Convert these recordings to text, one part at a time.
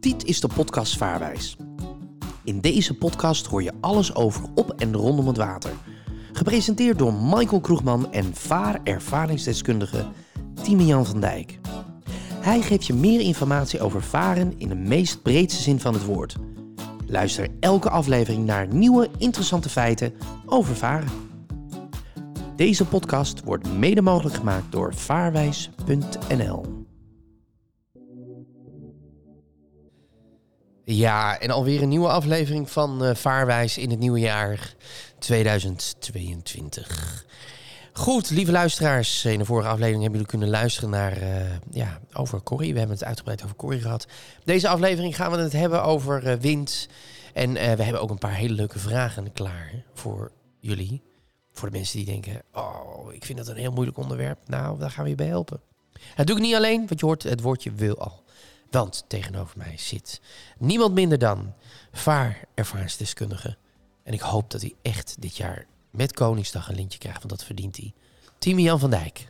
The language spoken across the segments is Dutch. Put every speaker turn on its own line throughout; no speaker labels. Dit is de podcast Vaarwijs. In deze podcast hoor je alles over op en rondom het water. Gepresenteerd door Michael Kroegman en vaarervaringsdeskundige Timian van Dijk. Hij geeft je meer informatie over varen in de meest breedste zin van het woord. Luister elke aflevering naar nieuwe interessante feiten over varen. Deze podcast wordt mede mogelijk gemaakt door vaarwijs.nl. Ja, en alweer een nieuwe aflevering van eh, Vaarwijs in het nieuwe jaar 2022. Goed, lieve luisteraars. eh, In de vorige aflevering hebben jullie kunnen luisteren naar, eh, ja, over Corrie. We hebben het uitgebreid over Corrie gehad. Deze aflevering gaan we het hebben over eh, wind. En eh, we hebben ook een paar hele leuke vragen klaar voor jullie. Voor de mensen die denken, oh, ik vind dat een heel moeilijk onderwerp. Nou, daar gaan we je bij helpen. Dat doe ik niet alleen, want je hoort het woordje wil al. Want tegenover mij zit Niemand minder dan vaarervaringsdeskundige. En ik hoop dat hij echt dit jaar met Koningsdag een lintje krijgt, want dat verdient hij. Timi Jan van Dijk.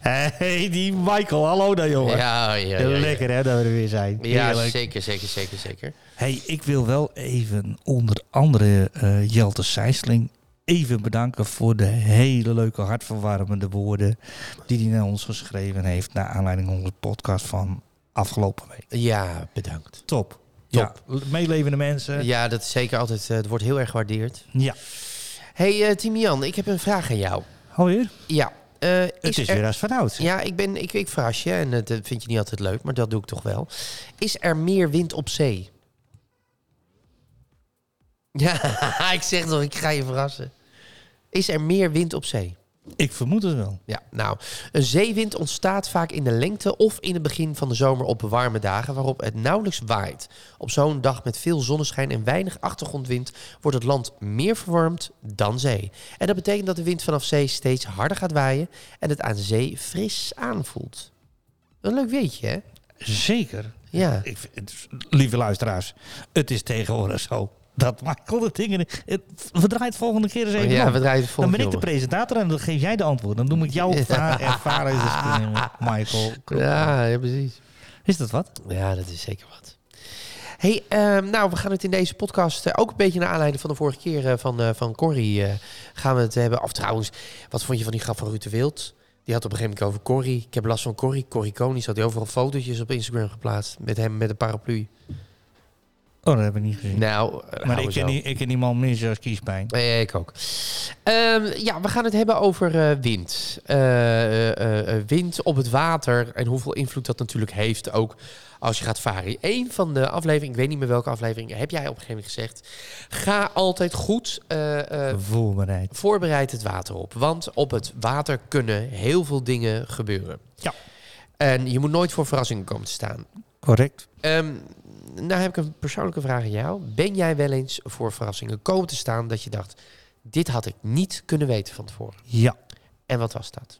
Hey, die Michael, hallo daar jongen.
Ja, ja, ja, ja.
Lekker hè, dat we er weer zijn.
Ja,
Heerlijk.
zeker, zeker, zeker, zeker.
Hey, ik wil wel even onder andere eh, Jelte Sijsling even bedanken voor de hele leuke hartverwarmende woorden die hij naar ons geschreven heeft naar aanleiding van onze podcast van afgelopen week.
Ja, bedankt.
Top. Top.
Ja.
Ja, l- meelevende mensen. Ja.
Ja, dat is zeker altijd. eh, het wordt heel erg gewaardeerd. hey, eh, Timi Jan, ik heb een vraag aan jou.
Alweer?
Ja, eh,
Het is
er-
weer als vanouds.
Ja, ik, ben, ik, ik verras je en dat eh, vind je niet altijd leuk, maar dat doe ik toch wel. Is er meer wind op zee? Ja, ik zeg toch, ik ga je verrassen. Is er meer wind op zee?
Ik vermoed het wel.
Ja, nou, een zeewind ontstaat vaak in de lengte of in het begin van de zomer op warme dagen waarop het nauwelijks waait. Op zo'n dag met veel zonneschijn en weinig achtergrondwind wordt het land meer verwarmd dan zee. En dat betekent dat de wind vanaf zee steeds harder gaat waaien en het aan zee fris aanvoelt. Een leuk weetje, hè?
Zeker.
Ja.
Ik, vind- het- lieve luisteraars, het is tegenwoordig zo dat Michael de dingen... Het, we draaien het volgende keer eens even
Ja,
om.
we draaien het
Dan
volgende
ben ik de
keer
presentator en dan geef jij de antwoord. Dan noem ik jou ervaringsdeskundige Michael.
om. Ja, ja, precies.
Is dat wat?
Ja, dat is zeker wat. hey, ehm, nou, we gaan het in deze podcast eh, ook een beetje naar aanleiding van de vorige keer eh, van, eh, van Corrie eh, gaan we het hebben. Of trouwens, wat vond je van die grap van Ruud de Wild? Die had op een gegeven moment over Corrie. Ik heb last van Corrie. Corrie Konings had hij overal fotootjes op Instagram geplaatst met hem met een paraplu.
Oh, dat heb ik niet gezien.
Nou, eh,
maar
hou
ik
eens
ken,
op.
die, ik ken die man minstens als kiespijn.
Nee, ik ook. Ehm, ja, we gaan het hebben over eh, wind. Eh, eh, eh, wind op het water en hoeveel invloed dat natuurlijk heeft ook als je gaat varen. Eén van de afleveringen, ik weet niet meer welke aflevering, heb jij op een gegeven moment gezegd. Ga altijd goed eh, eh,
Voorbereid.
voorbereid het water op. Want op het water kunnen heel veel dingen gebeuren.
Ja.
En je moet nooit voor verrassingen komen te staan.
Correct.
Ehm, nou heb ik een persoonlijke vraag aan jou. Ben jij wel eens voor verrassingen komen te staan dat je dacht, dit had ik niet kunnen weten van tevoren?
Ja,
En wat was dat?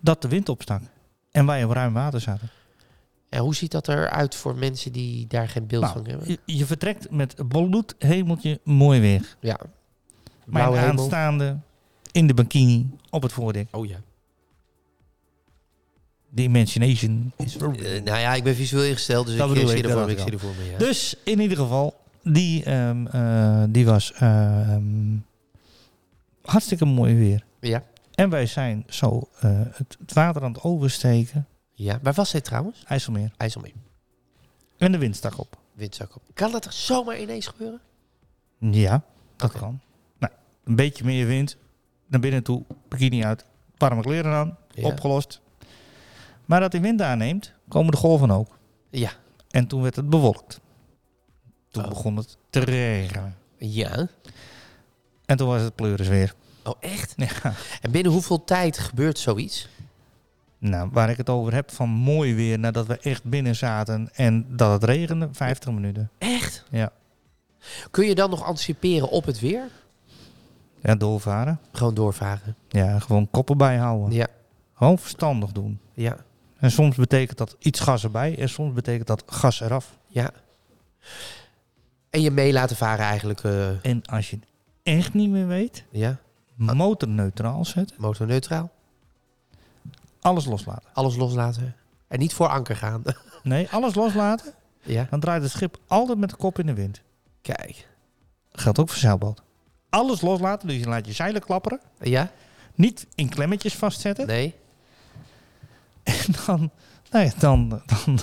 dat de wind opstak. En wij op ruim water zaten.
En hoe ziet dat eruit voor mensen die daar geen beeld
Nou,
van hebben?
Je, je vertrekt met bloed hemeltje mooi weer.
Ja.
Mijn
Blauwe hemel.
aanstaande in de bikini op het voordek.
Oh ja.
De imagination is
Eh, nou ja, ik ben visueel ingesteld, dus
Oh, Dat
ik,
bedoel
zie
ik,
ervoor
dat
me. Ik
had
zie
ik
ervoor me, ja.
Dus in ieder geval, die, ehm, eh, die was ehm, hartstikke mooi weer.
ja.
En wij zijn zo eh, het, het water aan het oversteken,
Ja. Waar was hij trouwens?
IJsselmeer.
IJsselmeer.
En de wind stak op.
Windzak op. Kan dat er zomaar ineens gebeuren?
Ja, dat
Oké.
kan. Nou, een beetje meer wind, naar binnen toe, bikini uit, warme kleren aan,
Ja.
opgelost. Maar dat die wind aanneemt, komen de golven ook.
Ja.
En toen werd het bewolkt. Toen
Oh.
begon het te regenen.
Ja.
En toen was het pleuris weer.
Oh echt?
Ja.
En binnen hoeveel tijd gebeurt zoiets?
Nou, waar ik het over heb van mooi weer nadat we echt binnen zaten en dat het regende, 50 minuten.
Echt?
Ja.
Kun je dan nog anticiperen op het weer?
Ja, doorvaren.
Gewoon doorvaren.
Ja, gewoon koppen bijhouden.
Ja.
Gewoon verstandig doen.
Ja.
En soms betekent dat iets gas erbij en soms betekent dat gas eraf.
Ja. En je mee laten varen eigenlijk. eh,
En als je het echt niet meer weet,
ja.
motorneutraal zetten,
Motorneutraal.
alles loslaten.
Alles loslaten. En niet voor anker gaan.
Nee, alles loslaten.
Ja.
Dan draait het schip altijd met de kop in de wind.
Kijk.
Geldt ook voor zeilboot. Alles loslaten, dus je laat je zeilen klapperen.
Ja?
Niet in klemmetjes vastzetten.
Nee?
En dan, nou ja, dan, dan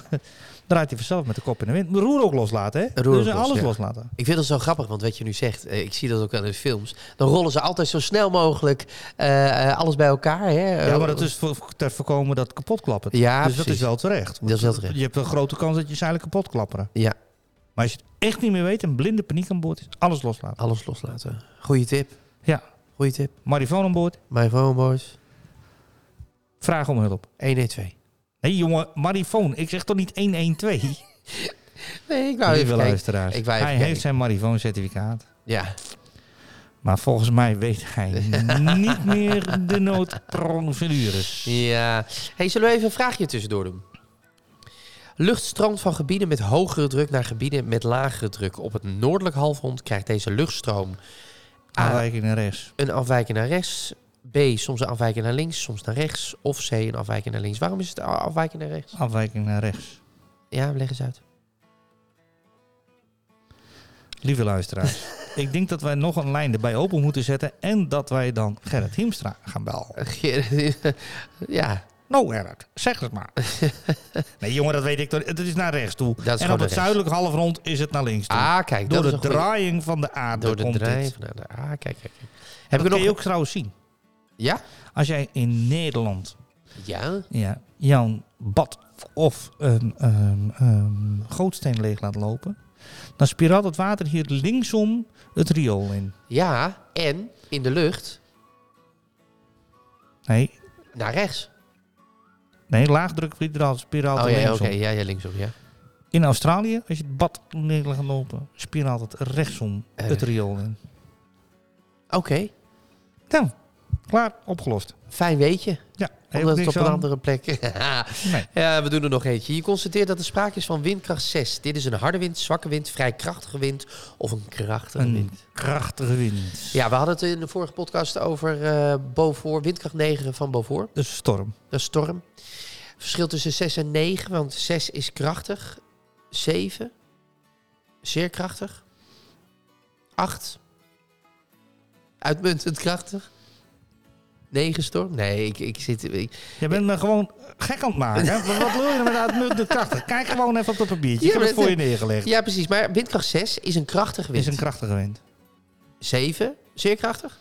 draait hij vanzelf met de kop in de wind. Maar roer ook loslaten, hè?
Roer
dus
ook los,
alles
ja.
loslaten.
Ik vind dat zo grappig, want wat je nu zegt, eh, ik zie dat ook wel in films. Dan rollen ze altijd zo snel mogelijk eh, eh, alles bij elkaar. Hè?
Ja, maar dat is voor, ter voorkomen dat het kapot klappert.
Ja,
dus dat
precies.
is wel terecht.
Dat is wel terecht.
Je hebt een grote kans dat je zeilen kapot klapperen.
Ja.
Maar als je het echt niet meer weet en blinde paniek aan boord is, alles loslaten.
Alles loslaten. Goeie tip.
Ja.
Goeie tip.
Marifoon aan boord,
My phone boys.
vraag om hulp.
112.
Nee jongen, marifoon. Ik zeg toch niet 112?
Nee, ik wou
Nou,
Nou, even
Lieve
kijken.
luisteraars.
Ik wou even
Hij
kijken.
heeft zijn marifoon certificaat.
Ja.
Maar volgens mij weet hij niet meer de noodprocedures.
ja. eh, Hey, zullen we even een vraagje tussendoor doen? Lucht stroomt van gebieden met hogere druk naar gebieden met lagere druk. Op het noordelijk halfrond krijgt deze luchtstroom A.
Aanwijking naar rechts.
een afwijking naar rechts. B. Soms een afwijking naar links, soms naar rechts. Of C. Een afwijking naar links. Waarom is het a- afwijking naar rechts?
Afwijking naar rechts.
Ja, leg eens uit.
Lieve luisteraars. ik denk dat wij nog een lijn erbij open moeten zetten. En dat wij dan Gerrit Hiemstra gaan bellen.
ja,
Nou Gerrit, zeg het maar. nee jongen, dat weet ik toch. Het is naar rechts toe.
dat is
en
gewoon
op
naar
het
rechts.
zuidelijk halfrond is het naar links toe.
Ah, kijk.
Door
dat is
de
een goeie.
draaiing van de aarde
Door de
komt
draai.
dit.
van de- Ah, kijk, kijk. kijk. Heb
Heb dat
ik er
kun je
nog...
ook trouwens zien.
Ja?
Als jij in Nederland
Ja.
ja, jouw bad of een ehm, ehm, gootsteen leeg laat lopen... dan spiraalt het water hier linksom het riool in.
Ja, en in de lucht
Nee,
naar rechts.
nee laagdrukspiraal spiraalt
Oh
het
ja,
linksom.
oké. Ja, ja, linksom, ja.
In Australië, als je het bad neer laat lopen... spiraalt het rechtsom
Eh.
het riool in.
Oké,
Nou, klaar, opgelost.
fijn weetje.
Ja, heeft
Omdat het op
niks
een
aan.
andere plek...
Nee.
ja, we doen er nog eentje. Je constateert dat er sprake is van windkracht 6. Dit is een harde wind, zwakke wind, vrij krachtige wind of een krachtige
Een
wind.
krachtige wind.
Ja, we hadden het in de vorige podcast over eh Beaufort, windkracht 9 van Beaufort.
Dus Een storm.
Dat is storm. Verschil tussen 6 en 9, want 6 is krachtig. 7, zeer krachtig. 8, uitmuntend krachtig. 9 storm? Nee, ik, ik zit... Ik,
Je bent me gewoon gek aan het maken. hè? Wat- Wat wil je er met uitmuntende krachten? Kijk gewoon even op dat papiertje.
Ja,
Ik heb het
maar-
voor je neergelegd.
ja, precies. Maar windkracht 6 is een krachtige
Is
wind.
een krachtige wind.
7, zeer krachtig?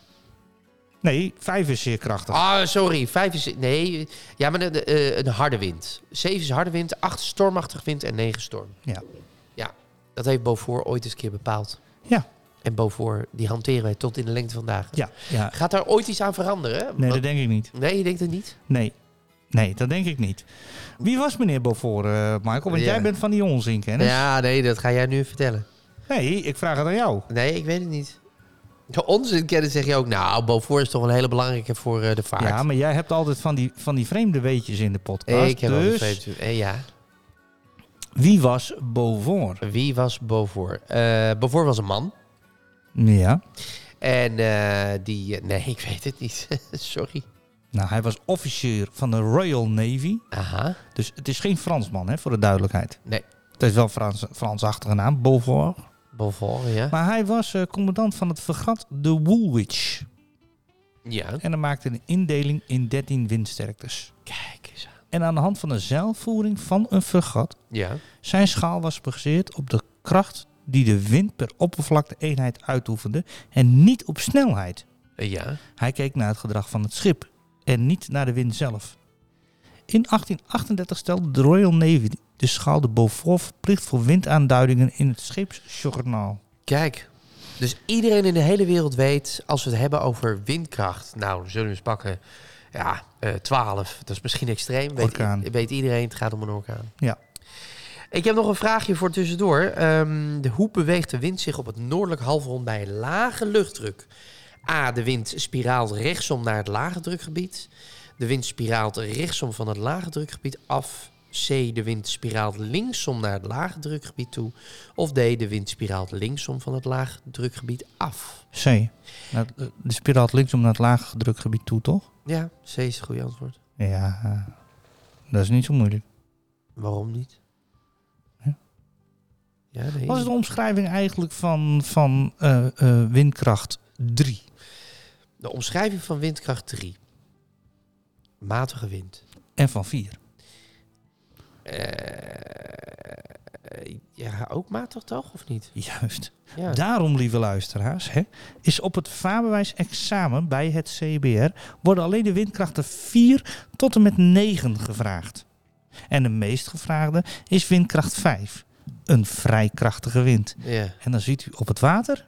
Nee, vijf is zeer krachtig.
Ah, sorry. 5 is... Nee, ja, maar de- de, eh, een harde wind. 7 is harde wind, 8 stormachtig wind en 9 storm.
Ja.
Dat heeft Beaufort ooit eens een keer bepaald.
Ja.
En Beaufort, die hanteren wij tot in de lengte van dagen.
Ja, ja.
Gaat daar ooit iets aan veranderen?
Nee,
Want-
dat denk ik niet.
nee, je denkt het niet?
Nee. Nee, dat denk ik niet. Wie was meneer Beaufort, eh, Michael? Want
Ja.
jij bent van die onzinkennis.
Ja, nee, dat ga jij nu vertellen.
Nee, ik vraag het aan jou.
Nee, ik weet het niet. De onzinkennis zeg je ook, nou, Beaufort is toch wel een hele belangrijke voor eh, de vaart.
Ja, maar jij hebt altijd van die, van die vreemde weetjes in de podcast.
ik heb wel
dus
begrepen. Eh, ja.
wie was Beaufort?
Wie was Beaufort? Eh, Beaufort was een man.
Ja.
En eh, die... Nee, ik weet het niet. Sorry.
Nou, hij was officier van de Royal Navy.
Aha.
Dus het is geen Fransman, hè, voor de duidelijkheid.
Nee.
Het is wel een Frans, Fransachtige naam, Beaufort.
Beaufort, ja.
Maar hij was eh, commandant van het fregat de Woolwich.
Ja.
En hij maakte een indeling in 13 windsterktes.
Kijk eens aan.
En aan de hand van de zeilvoering van een fregat...
Ja.
zijn schaal was gebaseerd op de kracht die de wind per oppervlakte eenheid uitoefende... en niet op snelheid.
Eh, Ja.
Hij keek naar het gedrag van het schip en niet naar de wind zelf. In 1838 stelde de Royal Navy de schaal de Beaufort verplicht voor windaanduidingen in het scheepsjournaal.
Kijk, dus iedereen in de hele wereld weet, als we het hebben over windkracht, nou, dan zullen we eens pakken, ja, eh 12, dat is misschien extreem. Weet,
Orkaan.
weet iedereen, het gaat om een orkaan.
Ja.
Ik heb nog een vraagje voor tussendoor. Ehm, de, hoe beweegt de wind zich op het noordelijk halfrond bij een lage luchtdruk? A, de wind spiraalt rechtsom naar het lage drukgebied. De wind spiraalt rechtsom van het lage drukgebied af. C, de wind spiraalt linksom naar het lage drukgebied toe. Of D, de wind spiraalt linksom van het lage drukgebied af.
C. Nou, De spiraal linksom naar het lage drukgebied toe, toch?
Ja, C is het goede antwoord.
Ja, eh, dat is niet zo moeilijk.
Waarom niet? Ja, nee.
Wat is de omschrijving eigenlijk van, van eh, eh, windkracht 3?
De omschrijving van windkracht 3. Matige wind.
En van 4?
Eh, ja, ook matig toch, of niet?
Juist.
Ja.
Daarom, lieve luisteraars, hè, is op het vaarbewijsexamen bij het CBR worden alleen de windkrachten 4 tot en met 9 gevraagd. En de meest gevraagde is windkracht 5. Een vrij krachtige wind.
ja.
En dan ziet u op het water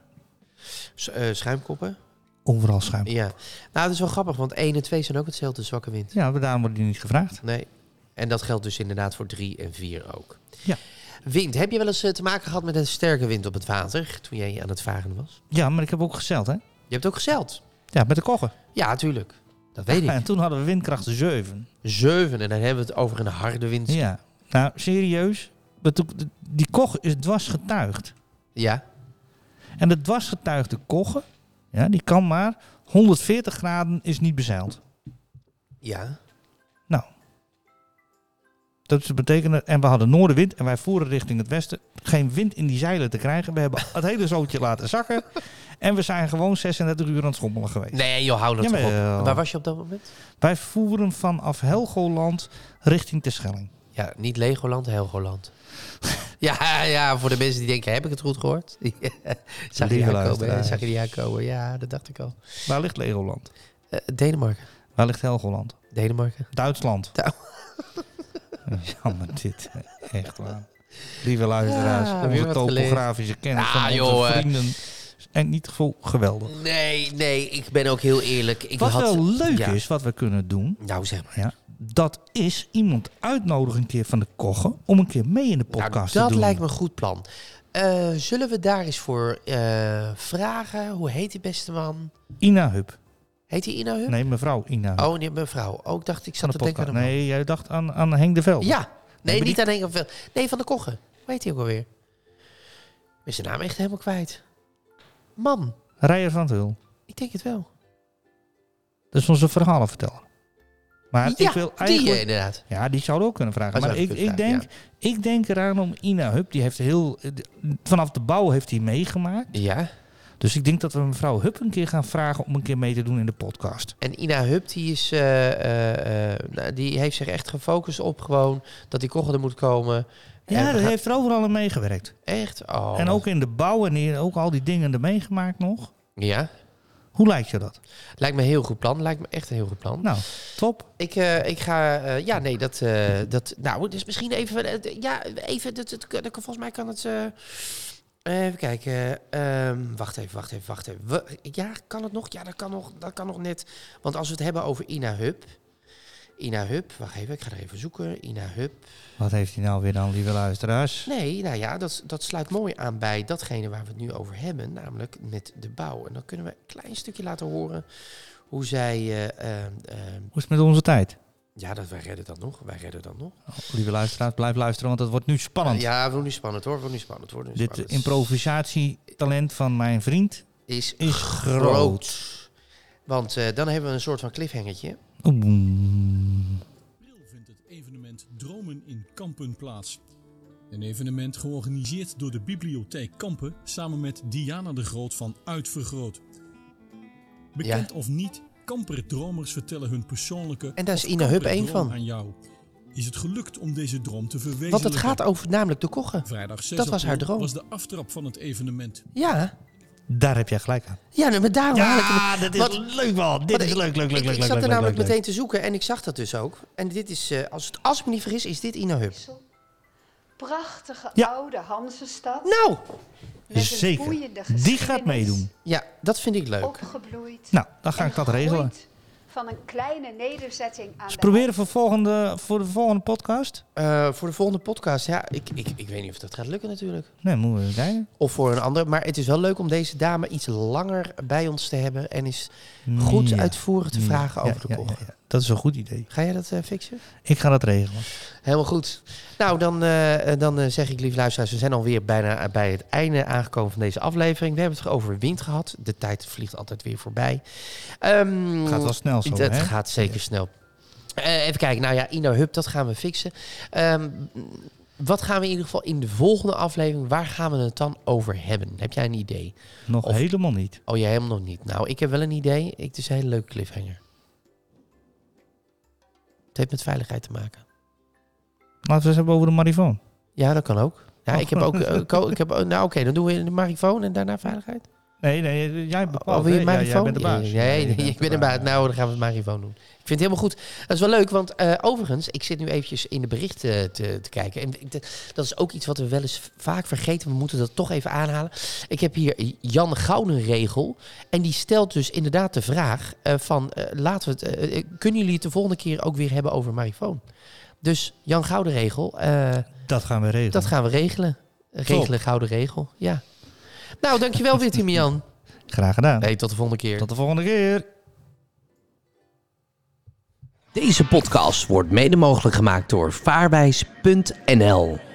S- eh, schuimkoppen.
overal schuim.
Ja. Nou, dat is wel grappig, want 1 en 2 zijn ook hetzelfde zwakke wind.
Ja, maar daarom worden die niet gevraagd.
Nee. En dat geldt dus inderdaad voor 3 en 4 ook.
Ja.
Wind. Heb je wel eens eh, te maken gehad met een sterke wind op het water toen jij aan het varen was?
Ja, maar ik heb ook gezeld, hè?
Je hebt ook gezeild.
Ja, met de koggen.
Ja, tuurlijk. Dat weet ik.
En toen hadden we windkracht 7.
Zeven. En dan hebben we het over een harde wind. Ja.
Ja, nou serieus. Maar toen- Die kogge is dwars getuigd. En de dwarsgetuigde kogge, ja, die kan maar 140 graden is niet bezeild.
Ja.
Dat betekende, en we hadden noordenwind en wij voeren richting het westen. Geen wind in die zeilen te krijgen. We hebben het hele zootje laten zakken. En we zijn gewoon 36 uur aan het schommelen geweest.
Nee, joh, hou dat toch op.
Jawel.
Waar was je op dat moment?
Wij voeren vanaf Helgoland richting Terschelling.
Ja, niet Legoland, Helgoland. ja, ja, voor de mensen die denken, heb ik het goed gehoord? zag, je die
Lieve
aankomen, hè?
luisteraars.
zag je die aankomen? Ja, dat dacht ik al.
Waar ligt Legoland?
Eh, Denemarken.
Waar ligt Helgoland?
Denemarken.
Duitsland.
Nou.
Jammer dit. Echt waar. Lieve luisteraars,
Ja, weer
onze
wat
topografische kennis van
Ah,
onze
joh, eh.
vrienden. En niet zo geweldig.
Nee, nee, ik ben ook heel eerlijk. Ik
wat
had...
wel leuk
ja.
is, wat we kunnen doen,
Nou, zeg maar.
ja, dat is iemand uitnodigen een keer van de koggen om een keer mee in de
Nou,
podcast te
dat
doen.
lijkt me een goed plan. Eh, zullen we daar eens voor eh, vragen? Hoe heet die beste man?
Ina Hub.
Heet hij Ina Hup?
Nee, mevrouw Ina Hub.
Oh, nee, mevrouw. Ook dacht ik, zat
van de
te denken
podcast.
aan een
nee, jij dacht aan, aan Henk de Velde.
Ja. Nee,
maar die-
niet aan één van Nee, van de Kogge. Hoe heet hij ook alweer? Ik ben zijn naam echt helemaal kwijt. Man,
Rijer van het Hul.
ik denk het wel.
Dat is onze verhalen vertellen. Maar
ja,
ik wil
die
eigenlijk...
eh, inderdaad.
Ja, die zouden ook kunnen vragen.
Dat
Maar
zou
ik,
ik
ik,
kunnen
denk, ik denk eraan om Ina Hub. Die heeft heel, eh, d- vanaf de bouw heeft hij meegemaakt.
Ja.
Dus ik denk dat we mevrouw Hub een keer gaan vragen om een keer mee te doen in de podcast.
En Ina Hup, die, is, eh, eh, eh, nou, die heeft zich echt gefocust op gewoon dat die Kogge er moet komen. En
Ja,
we
dat
gaan-
heeft er overal aan meegewerkt.
Echt? Oh.
En ook in de bouw en hier ook al die dingen er meegemaakt nog.
Ja.
Hoe lijkt je dat?
Lijkt me een heel goed plan. Lijkt me echt een heel goed plan.
Nou, top.
Ik, eh, ik ga... eh, ja, nee, dat... eh, dat nou, dus misschien even... eh, ja, even... Dat, dat, dat- volgens mij kan het... eh, even kijken. ehm, wacht even, wacht even, wacht even. We- ja, kan het nog? Ja, dat kan nog, dat kan nog net. Want als we het hebben over Ina Hub... Ina Hub, wacht even, ik ga er even zoeken. Ina Hub.
Wat heeft hij nou weer dan, lieve luisteraars?
Nee, nou ja, dat, dat sluit mooi aan bij datgene waar we het nu over hebben, namelijk met de bouw. En dan kunnen we een klein stukje laten horen hoe zij... eh, ehm, ehm,
Hoe is het met onze tijd?
ja, dat, wij redden dat nog, wij redden dat nog.
Oh, lieve luisteraars, blijf luisteren, want het wordt nu spannend.
Ja, het wordt nu spannend hoor. Het wordt nu spannend. Het wordt nu
Dit
spannend.
improvisatietalent van mijn vriend
is
is groot.
groot. Want eh, dan hebben we een soort van cliffhangertje.
Oeh.
april vindt het evenement Dromen in Kampen plaats. Een evenement georganiseerd door de Bibliotheek Kampen samen met Diana de Groot van Uitvergroot. Bekend of niet, kamperdromers vertellen hun persoonlijke
En daar is Ina Hub één
kamperdroom
van.
aan jou. Is het gelukt om deze droom te verwezenlijken?
Want het gaat over namelijk de koggen.
Vrijdag 6
dat was haar
april
droom.
was de aftrap van het evenement.
Ja,
Daar heb jij gelijk aan.
ja nee, maar daarom haal ik hem.
dat
Oh, Wat-
leuk wel. Dit
wat ik-
leuk,
ik, ik zat er namelijk meteen te zoeken en ik zag dat dus ook. En dit is, eh, als, het, als ik me niet vergis, is dit Ina Hub.
Prachtige
Ja.
oude Hanzestad.
Nou,
met een
Zeker.
boeiende
Die gaat
geschiedenis,
meedoen.
ja, dat vind ik leuk.
Opgebloeid.
Nou, dan ga
en
ik dat regelen.
gegroeid Van een kleine nederzetting aan
Dus
de
proberen voor, volgende, voor de volgende podcast.
Eh, voor de volgende podcast, ja, ik, ik, ik weet niet of dat gaat lukken natuurlijk.
Nee, moeten we kijken.
Of voor een andere. Maar het is wel leuk om deze dame iets langer bij ons te hebben. En eens goed
Ja.
uitvoerig te
Ja,
vragen
ja,
over de
ja,
koggen.
ja, ja. Dat is een goed idee.
Ga jij dat eh, fixen?
Ik ga dat regelen.
Helemaal goed. Nou, dan, eh, eh, dan eh, zeg ik, lieve luisteraars, we zijn alweer bijna bij het einde aangekomen van deze aflevering. We hebben het over wind gehad. De tijd vliegt altijd weer voorbij. Ehm,
Gaat wel snel zo,
dat
hè?
gaat zeker
Ja.
snel. Eh, even kijken. Nou ja, Ino Hub, dat gaan we fixen. Ehm, Wat gaan we in ieder geval in de volgende aflevering, waar gaan we het dan over hebben? Heb jij een idee?
Nog
Of-
helemaal niet.
Oh, jij helemaal nog niet. Nou, ik heb wel een idee. Ik, het is een hele leuke cliffhanger. Het heeft met veiligheid te maken.
Laten we het eens hebben over de marifoon.
Ja, dat kan ook. Ja,
Oh.
ik heb ook... eh, ko- ik heb, nou, oké, dan doen we de marifoon en daarna veiligheid.
Nee, nee, jij bepaalt.
oh, wil je
hè? Ja,
marifoon?
jij bent de baas.
Nee, nee,
Ja, je bent
ik ben de baas. Nou, dan gaan we het marifoon doen. Ik vind het helemaal goed. Dat is wel leuk, want eh, overigens, ik zit nu eventjes in de berichten eh, te, te kijken. En ik d- dat is ook iets wat we wel eens vaak vergeten. We moeten dat toch even aanhalen. Ik heb hier Jan Goudenregel. En die stelt dus inderdaad de vraag eh, van... eh, laten we het, eh, eh, kunnen jullie het de volgende keer ook weer hebben over marifoon? Dus Jan Goudenregel... eh,
Dat gaan we regelen.
dat gaan we regelen. Regelen, gouden regel. Ja. Nou, dankjewel weer, Timian.
Graag gedaan.
Hey, tot de volgende keer.
Tot de volgende keer.
Deze podcast wordt mede mogelijk gemaakt door vaarwijs.nl.